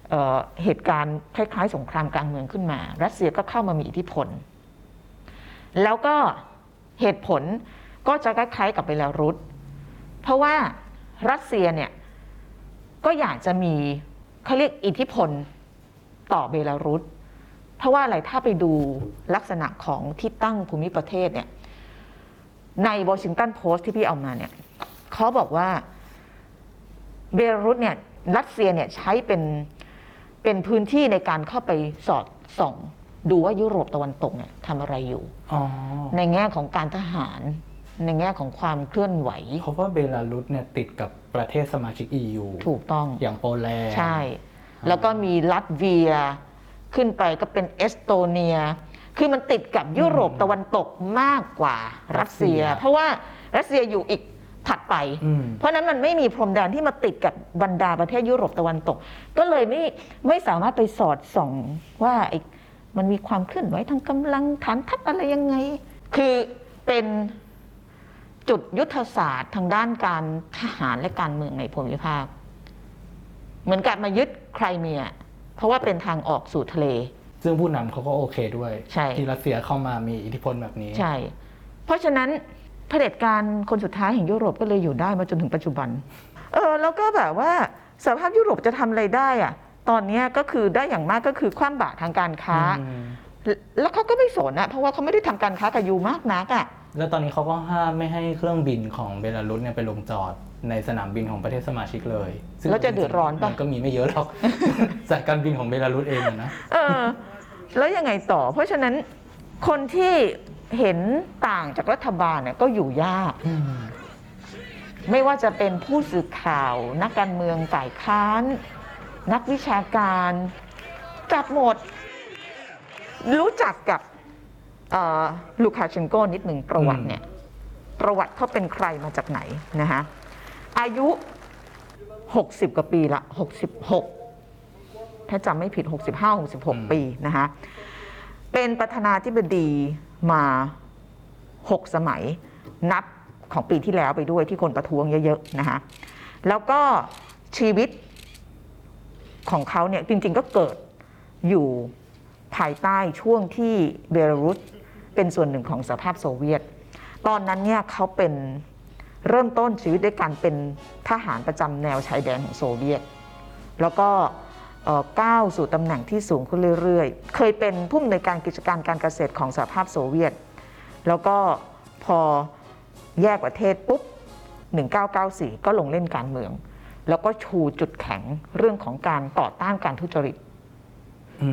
B: เอ่อเหตุการณ์คล้ายๆ สงครามกลางเมืองขึ้นมา รัสเซียก็เข้ามามีอิทธิพล แล้วก็เหตุผลก็จะคล้ายๆกับเบลารุส เพราะว่ารัสเซียเนี่ยก็อยากจะมีเขาเรียกอิทธิพลต่อเบลารุส เพราะว่าอะไรถ้าไปดูลักษณะของที่ตั้งภูมิประเทศเนี่ยในวอชิงตันโพสต์ที่พี่เอามาเนี่ยเขาบอกว่าเบลารุสเนี่ยรัสเซียเนี่ยใช้เป็นเป็นพื้นที่ในการเข้าไปสอดส่อง ดูว่ายุโรปตะวันตกเนี่ยทำอะไรอยู่
A: อ๋อ
B: ในแง่ของการทหาร ในแง่ของความเคลื่อนไหว
A: เพราะว่าเบลารุสเนี่ยติดกับประเทศสมาชิก EU
B: ถูกต้อง
A: อย่างโปแลนด์
B: ใช่ แล้วก็มีลัตเวีย ขึ้นไปก็เป็นเอสโตเนีย คือมันติดกับยุโรปตะวันตกมากกว่ารัสเซีย
A: รัสเซีย
B: เพราะว่ารัสเซียอยู่อีกถัดไป
A: อืม
B: เพราะฉะนั้นมันไม่มีพรมแดนที่มาติดกับบรรดาประเทศยุโรปตะวันตก ก็เลยไม่ไม่สามารถไปสอดส่องว่าไอ้มันมีความเคลื่อนไหวทางกำลังฐานทัพอะไรยังไง คือเป็นจุดยุทธศาสตร์ทางด้านการทหารและการเมืองในภูมิภาค เหมือนกับมายึดไครเมีย เพราะว่าเป็นทางออกสู่ทะเล
A: ซึ่งผู้นำเขาก็โอเคด้วย
B: ใช่
A: ที่รัสเซียเข้ามามีอิทธิพลแบบนี้
B: ใช่ เพราะฉะนั้นเผด็จการคนสุดท้ายแห่งยุโรปก็เลยอยู่ได้มาจนถึงปัจจุบัน เออแล้วก็แบบว่าสภาพยุโรปจะทำอะไรได้อะตอนเนี้ยก็คือได้อย่างมากก็คือความบาตรทางการค้า
A: อืม
B: แล้วเขาก็ไม่สนอะเพราะว่าเขาไม่ได้ทำการค้ากับยูมากนักอะ
A: แล้วตอนนี้เขาก็ห้ามไม่ให้เครื่องบินของเบลารุสเนี่ยไปลงจอดในสนามบินของประเทศสมาชิกเลยซึ่ง
B: แล้วจะเดือดร้อนปะ
A: มันก็มีไม่เยอะหรอก (laughs) สายการบินของเบลารุสเองอะนะ
B: เออ แล้วยังไงต่อ เพราะฉะนั้นคนที่เห็นต่างจากรัฐบาลเนี่ยก็อยู่ยาก ไม่ว่าจะเป็นผู้สื่อข่าว นักการเมืองฝ่ายค้าน นักวิชาการจับหมด รู้จักกับเอ่อลูคาเชนโกนิดหนึ่งประวัติเนี่ย ประวัติเขาเป็นใครมาจากไหนนะฮะ อายุ 60 กว่าปีละ 66 ถ้าจำไม่ผิด 65
A: ม
B: 66 ปีนะฮะ เป็นประธานาธิบดีมา 6 สมัย นับของปีที่แล้วไปด้วยที่คนประท้วงเยอะๆนะคะแล้วก็ชีวิตของเขาเนี่ยจริงๆก็เกิดอยู่ภายใต้ช่วงที่เบลารุสเป็นส่วนหนึ่งของสหภาพโซเวียต ตอนนั้นเนี่ยเขาเป็นเริ่มต้นชีวิตด้วยการเป็นทหารประจำแนวชายแดนของโซเวียต แล้วก็เอ่อก้าวสู่ตำแหน่งที่สูงขึ้นเรื่อยๆ เคยเป็นผู้อำนวยการกิจการการเกษตรของสหภาพโซเวียต แล้วก็พอแยกประเทศปุ๊บ 1994 ก็ลงเล่นการเมือง แล้วก็ชูจุดแข็งเรื่องของการต่อต้านการทุจริต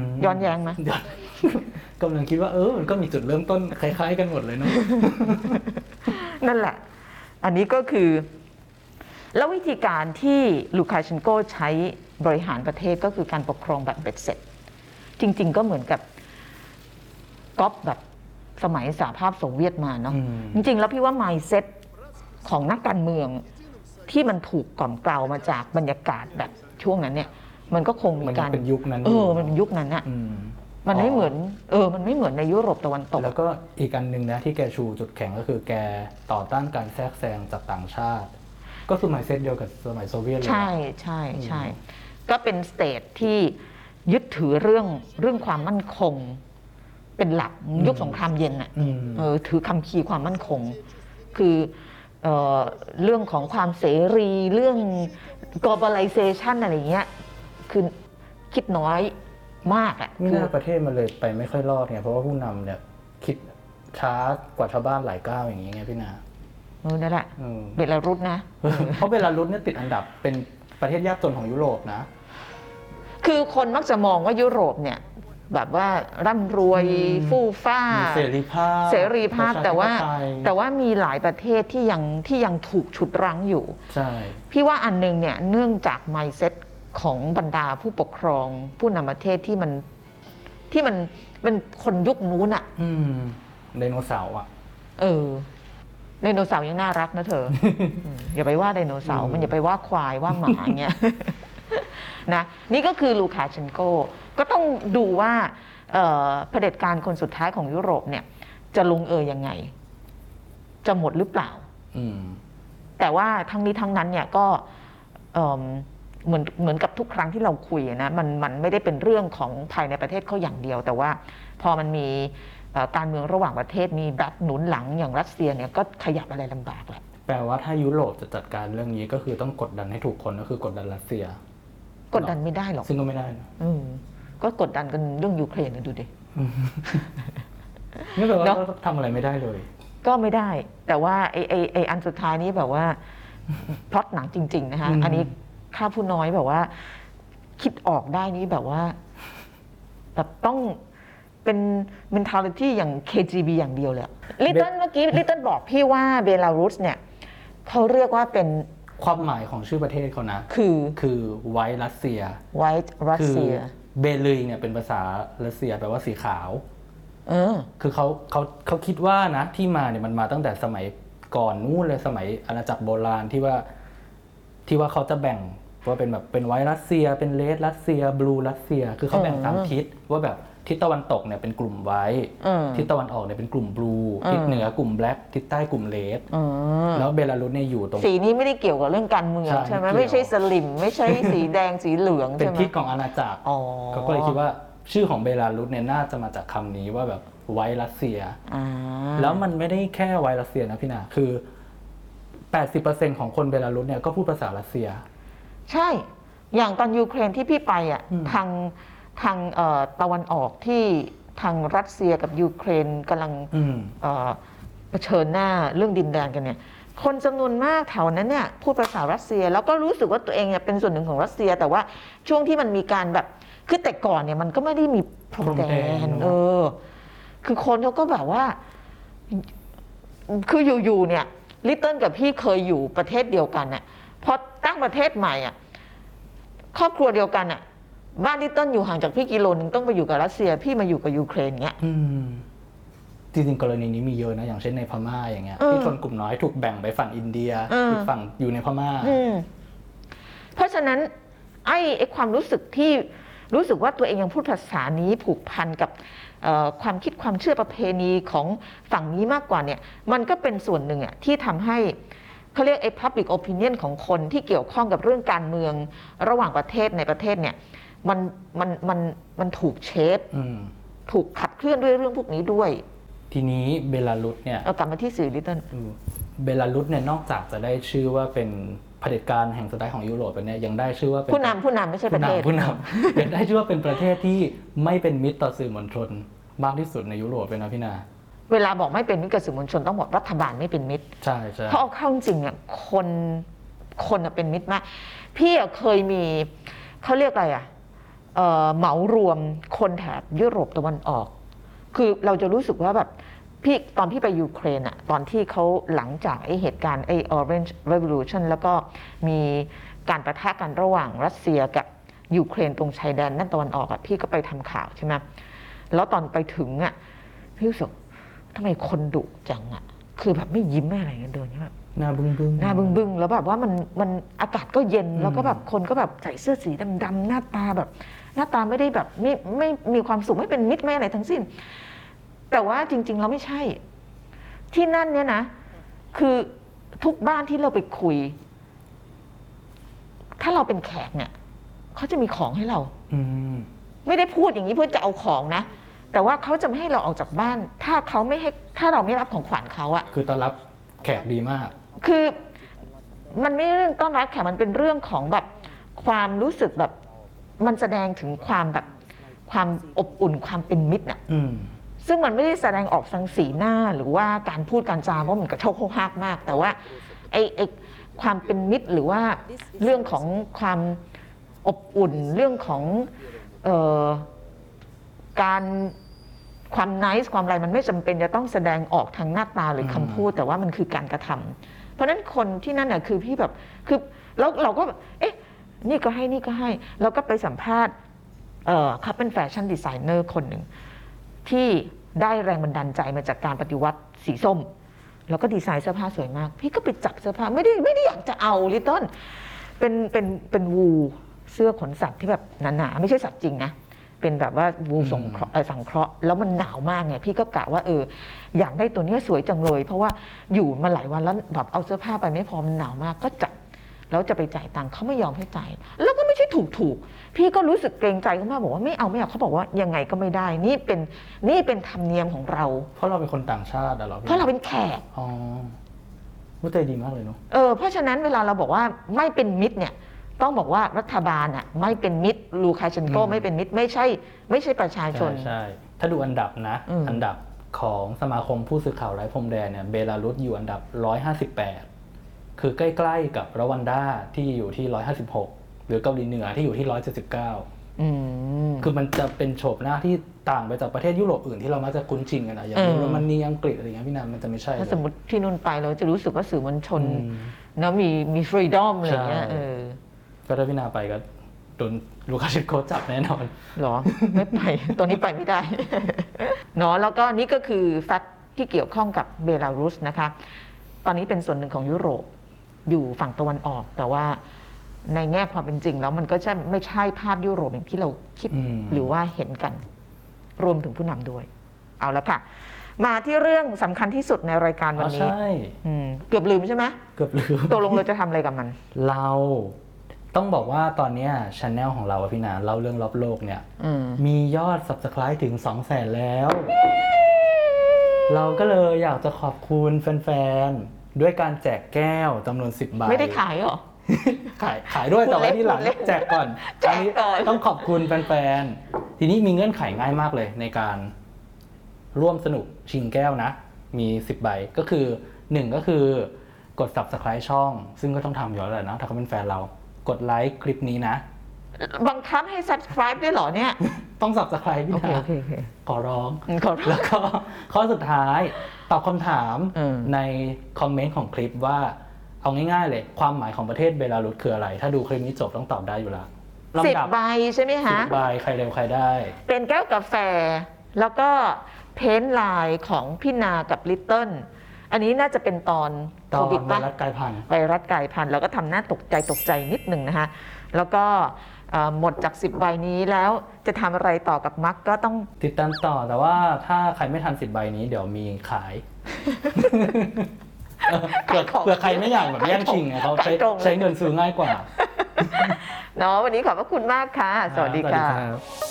A: ม
B: ย้อนแย้งไหม
A: ย้อน (laughs) กำลังคิดว่าเออมันก็มีจุดเริ่มต้นคล้ายๆกันหมดเลยเนาะ
B: นั่นแหละ อันนี้ก็คือ แล้ววิธีการที่ลูคาเชนโกใช้บริหารประเทศก็คือการปกครองแบบเบ็ดเสร็จ จริง ๆ ก็เหมือนกับก๊อปแบบสมัยสหภาพโซเวียตมาเนาะ
A: อืม
B: จริง ๆ แล้วพี่ว่า mindset ของนักการเมืองที่มันถูกกล่อมเกลามาจากบรรยากาศแบบช่วงนั้นเนี่ย มันก็คงเห
A: มั
B: มื
A: น
B: อนกัน
A: เป็นยุคนั้น
B: เออยู่ มันเป็นยุคนั้นอะ
A: อืม
B: มันไม่เหมือน เออ มันไม่เหมือนในยุโรปตะวันตก
A: แล้วก็อีกอันหนึ่งนะที่แกชูจุดแข็งก็คือแกต่อต้านการแทรกแซงจากต่างชาติ ก็คือหมายเซตเดียวกับสมัยโซเวียตเลยนะ
B: ใช่ใช่ใช่ ก็เป็นสเตทที่ยึดถือเรื่องเรื่องความมั่นคง เป็นหลักยุคสงครามเย็นอ่ะ
A: อืม
B: เออถือคำคีย์ความมั่นคง คือเออเรื่องของความเสรีเรื่อง globalization อะไรเงี้ยคือคิดน้อยมากอ่ะ
A: ไม่
B: คือ
A: น่าประเทศมันเลยไปไม่ค่อยรอดไงเพราะว่าผู้นำเนี่ยคิดช้ากว่าชาวบ้านหลายก้าวอย่างนี้ไงพี่นา
B: เออนั่นแหละ
A: เออ
B: เบลารุสนะ
A: (laughs) เพราะเบลารุสเนี่ยติดอันดับเป็นประเทศยากจนของยุโรปนะ
B: คือคนมักจะมองว่ายุโรปเนี่ย แบบว่าร่ำรวย
A: อืม
B: ฟู่ฟ้า
A: มี
B: ม
A: เสรีภาพ
B: เสรีภาพ
A: ประชธิป
B: แต่ว่า
A: ไตย
B: แต่ว่ามีหลายประเทศที่ยังที่ยังถูกฉุดรั้งอยู่
A: ใช่
B: พี่ว่าอันหนึงเนี่ยเนื่องจาก mindset ของบรรดาผู้ปกครองผู้นำประเทศที่มันที่มันเป็นคนยุคนู้นอะ
A: อืมไดโนเสาร์อ่ะ
B: เออไดโนเสาร์ยังน่ารักนะ
A: (laughs)
B: เธอ อืมอย่าไปว่าไดโนเสาร์
A: อืม
B: มันอย่าไปว่าควายว่าหมาอย่า
A: (laughs)
B: งเงี้ย นะนี่ก็คือลูคาเชนโกก็ต้องดูว่าเอ่อเผด็จการคนสุดท้ายของยุโรปเนี่ย จะลงเอยยังไง จะหมดหรือเปล่า
A: อืม
B: แต่ว่าทั้งนี้ทั้งนั้นเนี่ยก็เอิ่มเหมือนเหมือนกับทุกครั้งที่เราคุยนะมันมันไม่ได้เป็นเรื่องของภายในประเทศเขาอย่างเดียว แต่ว่าพอมันมีเอ่อการเมืองระหว่างประเทศมีแบ็คหนุนหลังอย่างรัสเซียเนี่ยก็ขยับอะไรลำบากแหละ
A: แปลว่าถ้ายุโรปจะจัดการเรื่องนี้ก็คือต้องกดดันให้ถูกคนก็คือกดดันรัสเซีย
B: กดดันไม่ได้หรอก
A: ซึ่งก็ไม่ได้นะ
B: อืมก็กดดันกันเรื่องยูเครนนะดูดิ
A: นี่แปลว่า
B: เนอะ
A: ก็ทำอะไรไม่ได้เลย
B: ก็ไม่ได้ แต่ว่าไอไอไออันสุดท้ายนี้แบบว่า (laughs) พล็อตหนังจริง ๆ นะคะ
A: อืม
B: อันนี้ค่าผู้น้อยแบบว่า คิดออกได้นี้แบบว่าแบบต้องเป็น mentality อย่าง KGB อย่างเดียวเลยลิตเติ้ลเมื่อกี้ลิตเติ้ลบอกพี่ว่าเบลารุสเนี่ยเขาเรียกว่าเป็น
A: ความหมายของชื่อประเทศเขานะ
B: คือ
A: คือไวท์รัสเซีย
B: ไวท์รัส
A: คื
B: เซีย
A: เบลืยเนี่ยเป็นภาษารัสเซียแปลว่าสีขาว
B: เออ
A: คือเขาเขาเขาคิดว่านะที่มาเนี่ยมันมาตั้งแต่สมัยก่อนนู่นเลยสมัยอาณาจักรโบราณที่ว่าที่ว่าเขาจะแบ่งว่าเป็นแบบเป็นไวท์รัสเซีย เป็นเลดรัสเซีย บลูรัสเซีย คือเขาแบ่งตามทิศว่าแบบทิศตะวันตกเนี่ยเป็นกลุ่มไวท์
B: อืม
A: ทิศตะวันออกเนี่ยเป็นกลุ่มบลูทิศเหนือกลุ่มแบล็กทิศใต้กลุ่มเลด
B: อืม
A: แล้วเบลารุสเนี่ยอยู่ตรง
B: สีนี้ไม่ได้เกี่ยวกับเรื่องการเมือง
A: ใช่
B: ใช่ไหม
A: ไม่
B: ไม่
A: เกี่
B: ใช่
A: ยว
B: สลิม ไม่ใช่สีแดงสีเหลือง
A: เป็น
B: ใช่ไหม
A: ทิศของอาณาจักร
B: อ๋อ
A: เขาก็เลยคิดว่าชื่อของเบลารุสเนี่ยน่าจะมาจากคำนี้ว่าแบบไวท์รัสเซีย
B: อ่า
A: แล้วมันไม่ได้แค่ไวท์รัสเซียนะพี่นาคือ 80%ของคนเบลารุสเนี่ยก็พูดภาษารัสเซีย
B: ใช่ อย่างตอนยูเครนที่พี่ไปอ่ะ
A: อืม
B: ทางทางเอ่อตะวันออกที่ทางรัสเซียกับยูเครนกำลัง
A: อืม
B: เอ่อเผชิญหน้าเรื่องดินแดนกันเนี่ย คนจำนวนมากแถวนั้นเนี่ยพูดภาษารัสเซีย แล้วก็รู้สึกว่าตัวเองเนี่ยเป็นส่วนหนึ่งของรัสเซีย แต่ว่าช่วงที่มันมีการแบบคือแต่ก่อนเนี่ยมันก็ไม่ได้มีพรม
A: พรม
B: แด
A: แด
B: น
A: นเนอะ
B: เออ คือคนเขาก็แบบว่า คืออยู่ๆเนี่ยลิตเติ้ลกับพี่เคยอยู่ประเทศเดียวกันน่ะพอตั้งประเทศใหม่อ่ะครอบครัวเดียวกันน่ะ บ้านลิตเติ้ลอยู่ห่างจากพี่กิโลนึงต้องไปอยู่กับรัสเซีย พี่มาอยู่กับยูเครนเงี้ย
A: อืม จริงๆกรณีนี้มีเยอะนะ อย่างเช่นในพม่าอย่างเงี้ย
B: อืม
A: ที่ชนกลุ่มน้อยถูกแบ่งไปฝั่งอินเดีย
B: อืม
A: อีกฝั่งอยู่ในพม่า
B: อืมเพราะฉะนั้น ไอ้ไอ้ความรู้สึกที่รู้สึกว่าตัวเองยังพูดภาษานี้ผูกพันกับเอ่อความคิดความเชื่อประเพณีของฝั่งนี้มากกว่าเนี่ย มันก็เป็นส่วนหนึ่งอะที่ทำให้เขาเรียกไอ้ public opinion ของคนที่เกี่ยวข้องกับเรื่องการเมืองระหว่างประเทศในประเทศเนี่ย มันมันมันมันถูกเชฟ
A: อืม
B: ถูกขับเคลื่อนด้วยเรื่องพวกนี้ด้วย
A: ทีนี้เบลารุสเนี่ย
B: เอากลับมาที่สื่อลิตเติ้ล
A: อืมเบลารุสเนี่ยนอกจากจะได้ชื่อว่าเป็นเผด็จการแห่งสไตล์ของยุโรปแล้วเนี่ยยังได้ชื่อว่าเป็น
B: ผู้นำผู้นำไม่ใช่ประเทศ
A: ผู้นำ (laughs) อยากได้ชื่อว่าเป็นประเทศที่ไม่เป็นมิตรต่อสื่อมวลชนมากที่สุดในยุโรปเลยนะพี่นา
B: เวลาบอกไม่เป็นมิตรกับสื่อมวลชนต้องบอกรัฐบาลไม่เป็นมิตร
A: ใช่ใช่
B: เพราะเอาเข้าจริงเนี่ยคนคนน่ะเป็นมิตรมาก พี่อะเคยมีเขาเรียกอะไรอะเอ่อเหมารวมคนแถบยุโรปตะวันออก คือเราจะรู้สึกว่าแบบพี่ตอนพี่ไปยูเครนอะตอนที่เขาหลังจากไอเหตุการณ์ไอ Orange Revolution แล้วก็มีการประทะกันระหว่างรัสเซียกับยูเครนตรงชายแดนด้านตะวันออกอะพี่ก็ไปทำข่าวใช่ไหมแล้วตอนไปถึงอะพี่รู้สึกทำไมคนดุจังอะคือแบบไม่ยิ้มไม่อะไรกันเดินใช่ไหม
A: หน้าบึ้งบึ้ง
B: หน้าบึ้งบึ้งๆแล้วแบบว่ามันมันอากาศก็เย็น
A: อืม
B: แล้วก็แบบคนก็แบบใส่เสื้อสีดำๆหน้าตาแบบ หน้าตาไม่ได้แบบไม่ไม่มีความสุขไม่เป็นมิตรไม่อะไรทั้งสิ้น แต่ว่าจริง ๆ เราไม่ใช่ ที่นั่นเนี่ยนะ คือทุกบ้านที่เราไปคุย ถ้าเราเป็นแขกเนี่ยเขาจะมีของให้เรา
A: อืม
B: ไม่ได้พูดอย่างนี้เพื่อจะเอาของนะ แต่ว่าเขาจะไม่ให้เราออกจากบ้าน ถ้าเขาไม่ให้ถ้าเราไม่รับของขวัญเขาอะ
A: คือต้อนรับแขกดีมาก
B: คือมันไม่เรื่องต้อนรับแขกมันเป็นเรื่องของแบบความรู้สึกแบบมันแสดงถึงความแบบความอบอุ่นความเป็นมิตรน่ะ
A: อืม
B: ซึ่งมันไม่ได้แสดงออกทางสีหน้าหรือว่าการพูดการจาเพราะมันกระโชกโคกหักมาก แต่ว่าไอ้ไอ้ความเป็นมิตรหรือว่าเรื่องของความอบอุ่น เรื่องของเอ่อการความนิสความอะไรมันไม่จำเป็นจะต้องแสดงออกทางหน้าตาหรือคำ
A: อืม
B: พูด แต่ว่ามันคือการกระทำ เพราะฉะนั้นคนที่นั่นน่ะคือพี่แบบคือแล้วเราก็แบบเอ๊ะ นี่ก็ให้นี่ก็ให้ แล้วก็ไปสัมภาษณ์เอ่อเขาเป็นแฟชั่นดีไซเนอร์คนหนึ่ง ที่ได้แรงบันดาลใจมาจากการปฏิวัติสีส้ม แล้วก็ดีไซน์เสื้อผ้าสวยมาก พี่ก็ไปจับเสื้อผ้าไม่ได้ไม่ได้อยากจะเอาลิตเติ้ลเป็นเป็นเป็นวูเสื้อขนสัตว์ที่แบบหนาๆไม่ใช่สัตว์จริงนะเป็นแบบว่าวู
A: อืม
B: สงเคราะห์เอ่อสังเคราะห์แล้วมันหนาวมากไงพี่ก็กะว่าเออ อยากได้ตัวเนี้ยสวยจังเลย เพราะว่าอยู่มาหลายวันแล้วแบบเอาเสื้อผ้าไปไม่พอมันหนาวมากก็จับแล้วจะไปจ่ายตังค์เขาไม่ยอมให้จ่าย แล้วก็ไม่ใช่ถูกถูกๆพี่ก็รู้สึกเกรงใจเขามากบอกว่าไม่เอาไม่เอาเขาบอกว่ายังไงก็ไม่ได้ นี่เป็นนี่เป็นธรรมเนียมของเรา
A: เพราะเราเป็นคนต่างชาติอะเหรอ
B: เพ
A: พี่
B: ราะเราเป็นแขก
A: อ๋อว่าใจดีมากเลยเนาะ
B: เออเพราะฉะนั้นเวลาเราบอกว่าไม่เป็นมิตรเนี่ยต้องบอกว่ารัฐบาลอ่ะไม่เป็นมิตรลูคาเชนโกไม่เป็นมิตรไม่ใช่ ไม่ใช่ประชาชน
A: ใช่ถ้าดูอันดับนะ
B: อืม
A: อันดับของสมาคมผู้สื่อข่าวไร้พรมแดนเนี่ยเบลารุสอยู่อันดับ 158 คือใกล้ๆกับรวันดาที่อยู่ที่ 156 หรือเกาหลีเหนือที่อยู่ที่ 179
B: อืม
A: คือมันจะเป็นโฉบหน้าที่ต่างไปจากประเทศยุโรปอื่นที่เรามักจะคุ้นชินกันนะอย่าง
B: เออ
A: เยอรมนีอังกฤษอะไรเงี้ยพี่นันมันจะไม่ใช่
B: ถ้าสมม
A: เลย
B: ติที่นู่นไปเราจะรู้สึกว่าสื่อมวลชน
A: อืม
B: เนอะมีมีฟรีดอมอะไรอย่างเงี้ย
A: ใช่
B: เออ
A: ก็ถ้าพี่นาไปก็โดนลูคาเชนโกจับแน่นอน
B: เหรอ ไม่ไป ตัวนี้ไปไม่ได้ เนาะแล้วก็นี่ก็คือแฟกต์ที่เกี่ยวข้องกับเบลารุสนะคะ ตอนนี้เป็นส่วนหนึ่งของยุโรปอยู่ฝั่งตะวันออก แต่ว่าในแง่ความเป็นจริงแล้วมันก็จะไม่ใช่ภาพยุโรปอย่างที่เราคิด
A: อืม
B: หรือว่าเห็นกัน รวมถึงผู้นำด้วย เอาละค่ะ มาที่เรื่องสำคัญที่สุดในรายการ
A: อ๋
B: วั
A: อน
B: นี้
A: ใช่
B: อืมเกือบลืมใช่ไหม
A: เกือบลืม
B: ตกลงเราจะทำอะไรกับมัน
A: เราต้องบอกว่าตอนเนี้ชแนลของเราอะพี่นาเล่าเรื่องรอบโลกเนี่ย
B: อืม
A: มียอด subscribe ถึง 2 0 0แสนแล้ว เราก็เลยอยากจะขอบคุณแฟนๆ ด้วยการแจกแก้วจำนวน 10 ใบ
B: ไม่ได้ขายเหรอ
A: (laughs) ขายขายด้วยแต่ว่าที่หลัง
B: พูดเล่น
A: แจกก่อน
B: แจกก่อน
A: นนี้ต้องขอบคุณแฟนๆ ทีนี้มีเงื่อนไขง่ายมากเลยในการร่วมสนุกชิงแก้วนะ มี 10 ใบก็คือ 1 ก็คือกด subscribe ช่อง ซึ่งก็ต้องทำอยู่แล้วแหละเนาะถ้าเขาเป็นแฟนเรากดไลค์คลิปนี้นะ
B: บังคับให้ subscribe ด้วยเหรอเนี่ย
A: ต้อง subscribe พี่
B: โอเค
A: นา
B: โอเคโอเค
A: ขอร้อง
B: ขอโทษ
A: แล้วก็ (laughs) ข้อสุดท้ายตอบคำถาม
B: อืม
A: ในคอมเมนต์ของคลิปว่า เอาง่ายๆเลย ความหมายของประเทศเบลารุสคืออะไร ถ้าดูคลิปนี้จบต้องตอบได้อยู่แล้ว
B: สิบ
A: ลำดับ
B: ใบใช่ไหม
A: สิ
B: ฮะ
A: บใบใครเร็วใครได้
B: เป็นแก้วกาแฟ แล้วก็เพ้นท์ลายของพี่นากับลิตเติ้ล อันนี้น่าจะเป็นตอน
A: ต
B: โค
A: อน
B: วิด
A: ไว
B: ปะ
A: รัสกลายพันธุ์
B: ไวรัสกลายพันธุ์แล้วก็ทำหน้าตกใจตกใจนิดหนึ่งนะคะแล้วก็เอ่อหมดจาก 10ใบนี้แล้วจะทำอะไรต่อกับมักก็ต้อง
A: ติดตามต่อแต่ว่าถ้าใครไม่ทันสิบใบนี้เดี๋ยวมีขายเออเผื่อ
B: ขายของ
A: เผื่อใครไม่อยากแบบแย่งชิงไงเขาใช้
B: ขายตรงเลย
A: ใช้เงินซื้อง่ายกว่า
B: เนาะวันนี้ขอบพระคุณมากค่ะ สวัสดี
A: อ่า
B: ค่ะ
A: รับ